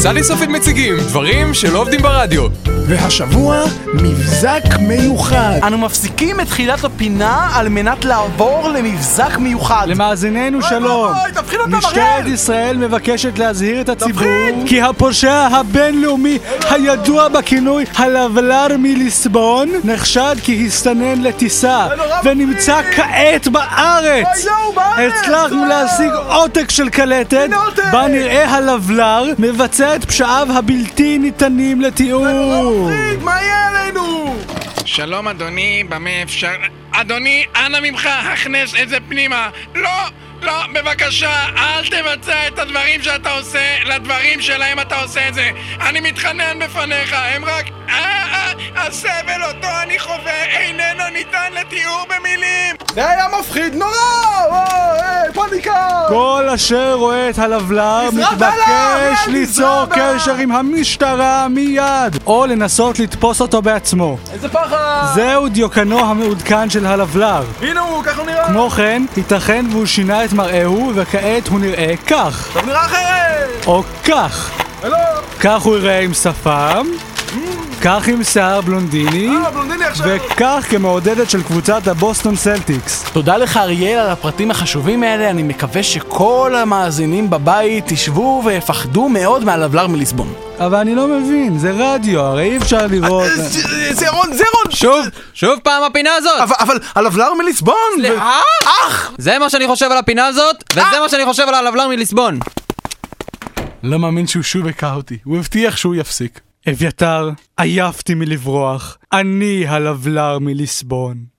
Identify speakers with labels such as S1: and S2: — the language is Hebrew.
S1: סלי סופית מציגים דברים שלא עובדים ברדיו.
S2: והשבוע, מבזק מיוחד.
S3: אנו מפסיקים את תחילת הפינה על מנת לעבור למבזק מיוחד.
S4: למאזיננו שלום.
S3: אוי, תפחיד אותם,
S4: משטרת
S3: אריאל!
S4: ישראל מבקשת להזהיר את הציבור כי הפושע הבינלאומי הידוע בכינוי הלבלר מליסבון נחשד כי הסתנן לטיסה
S3: נורא
S4: ונמצא כעת בארץ.
S3: אוי, יואו, בארץ!
S4: הצלחנו
S3: וואו!
S4: להשיג עותק של קלטת
S3: הנה עותק!
S4: בה נראה הלבלר מבצע את פשעיו הבלתי ניתנים לתיאור.
S3: תפחיד, מה יהיה עלינו?
S5: שלום אדוני, במה אפשר... אדוני, אנא ממך, הכנס את זה פנימה. לא, לא, בבקשה, אל תבצע את הדברים שאתה עושה לדברים שלהם אתה עושה את זה. אני מתחנן בפניך, הם רק... אה, אה, הסבל אותו אני חווה איננו ניתן לתיאור במילים.
S3: זה היה מפחיד נורא! אוי, פניקה!
S4: כל אשר רואה את הלבלר
S3: נזרק עליו!
S4: מתבקש
S3: יאללה,
S4: ליצור
S3: נזרק עליו!
S4: קשר עם המשטרה מיד, או לנסות לתפוס אותו בעצמו.
S3: איזה פחד!
S4: זהו דיוקנו המעודכן של הלבלר.
S3: הנה הוא, ככה הוא נראה!
S4: כמו כן, ייתכן והוא שינה את מראהו, וכעת הוא נראה כך,
S3: הוא נראה אחרת! לא,
S4: או כך.
S3: הלו!
S4: כך הוא יראה עם שפם, כך עם שיער בלונדיני,
S3: אה, בלונדיני עכשיו!
S4: וכך כמעודדת של קבוצת הבוסטון סלטיקס.
S3: תודה לך אריאל על הפרטים החשובים האלה, אני מקווה שכל המאזינים בבית ישבו ויפחדו מאוד מהלבלר מליסבון.
S4: אבל אני לא מבין, זה רדיו, הרי אי אפשר לראות...
S3: אה, זה רון, זה רון!
S1: שוב, שוב פעם הפינה הזאת!
S3: אבל- אבל הלבלר מליסבון!
S1: סליחה?
S3: אח!
S1: זה מה שאני חושב על הפינה הזאת, וזה מה שאני חושב על הלבלר מליסבון.
S4: לא מאמין שהוא שוב הכה אותי, הוא הבטיח שהוא יפסיק. אביתר, עייפתי מלברוח, אני הלבלר מליסבון.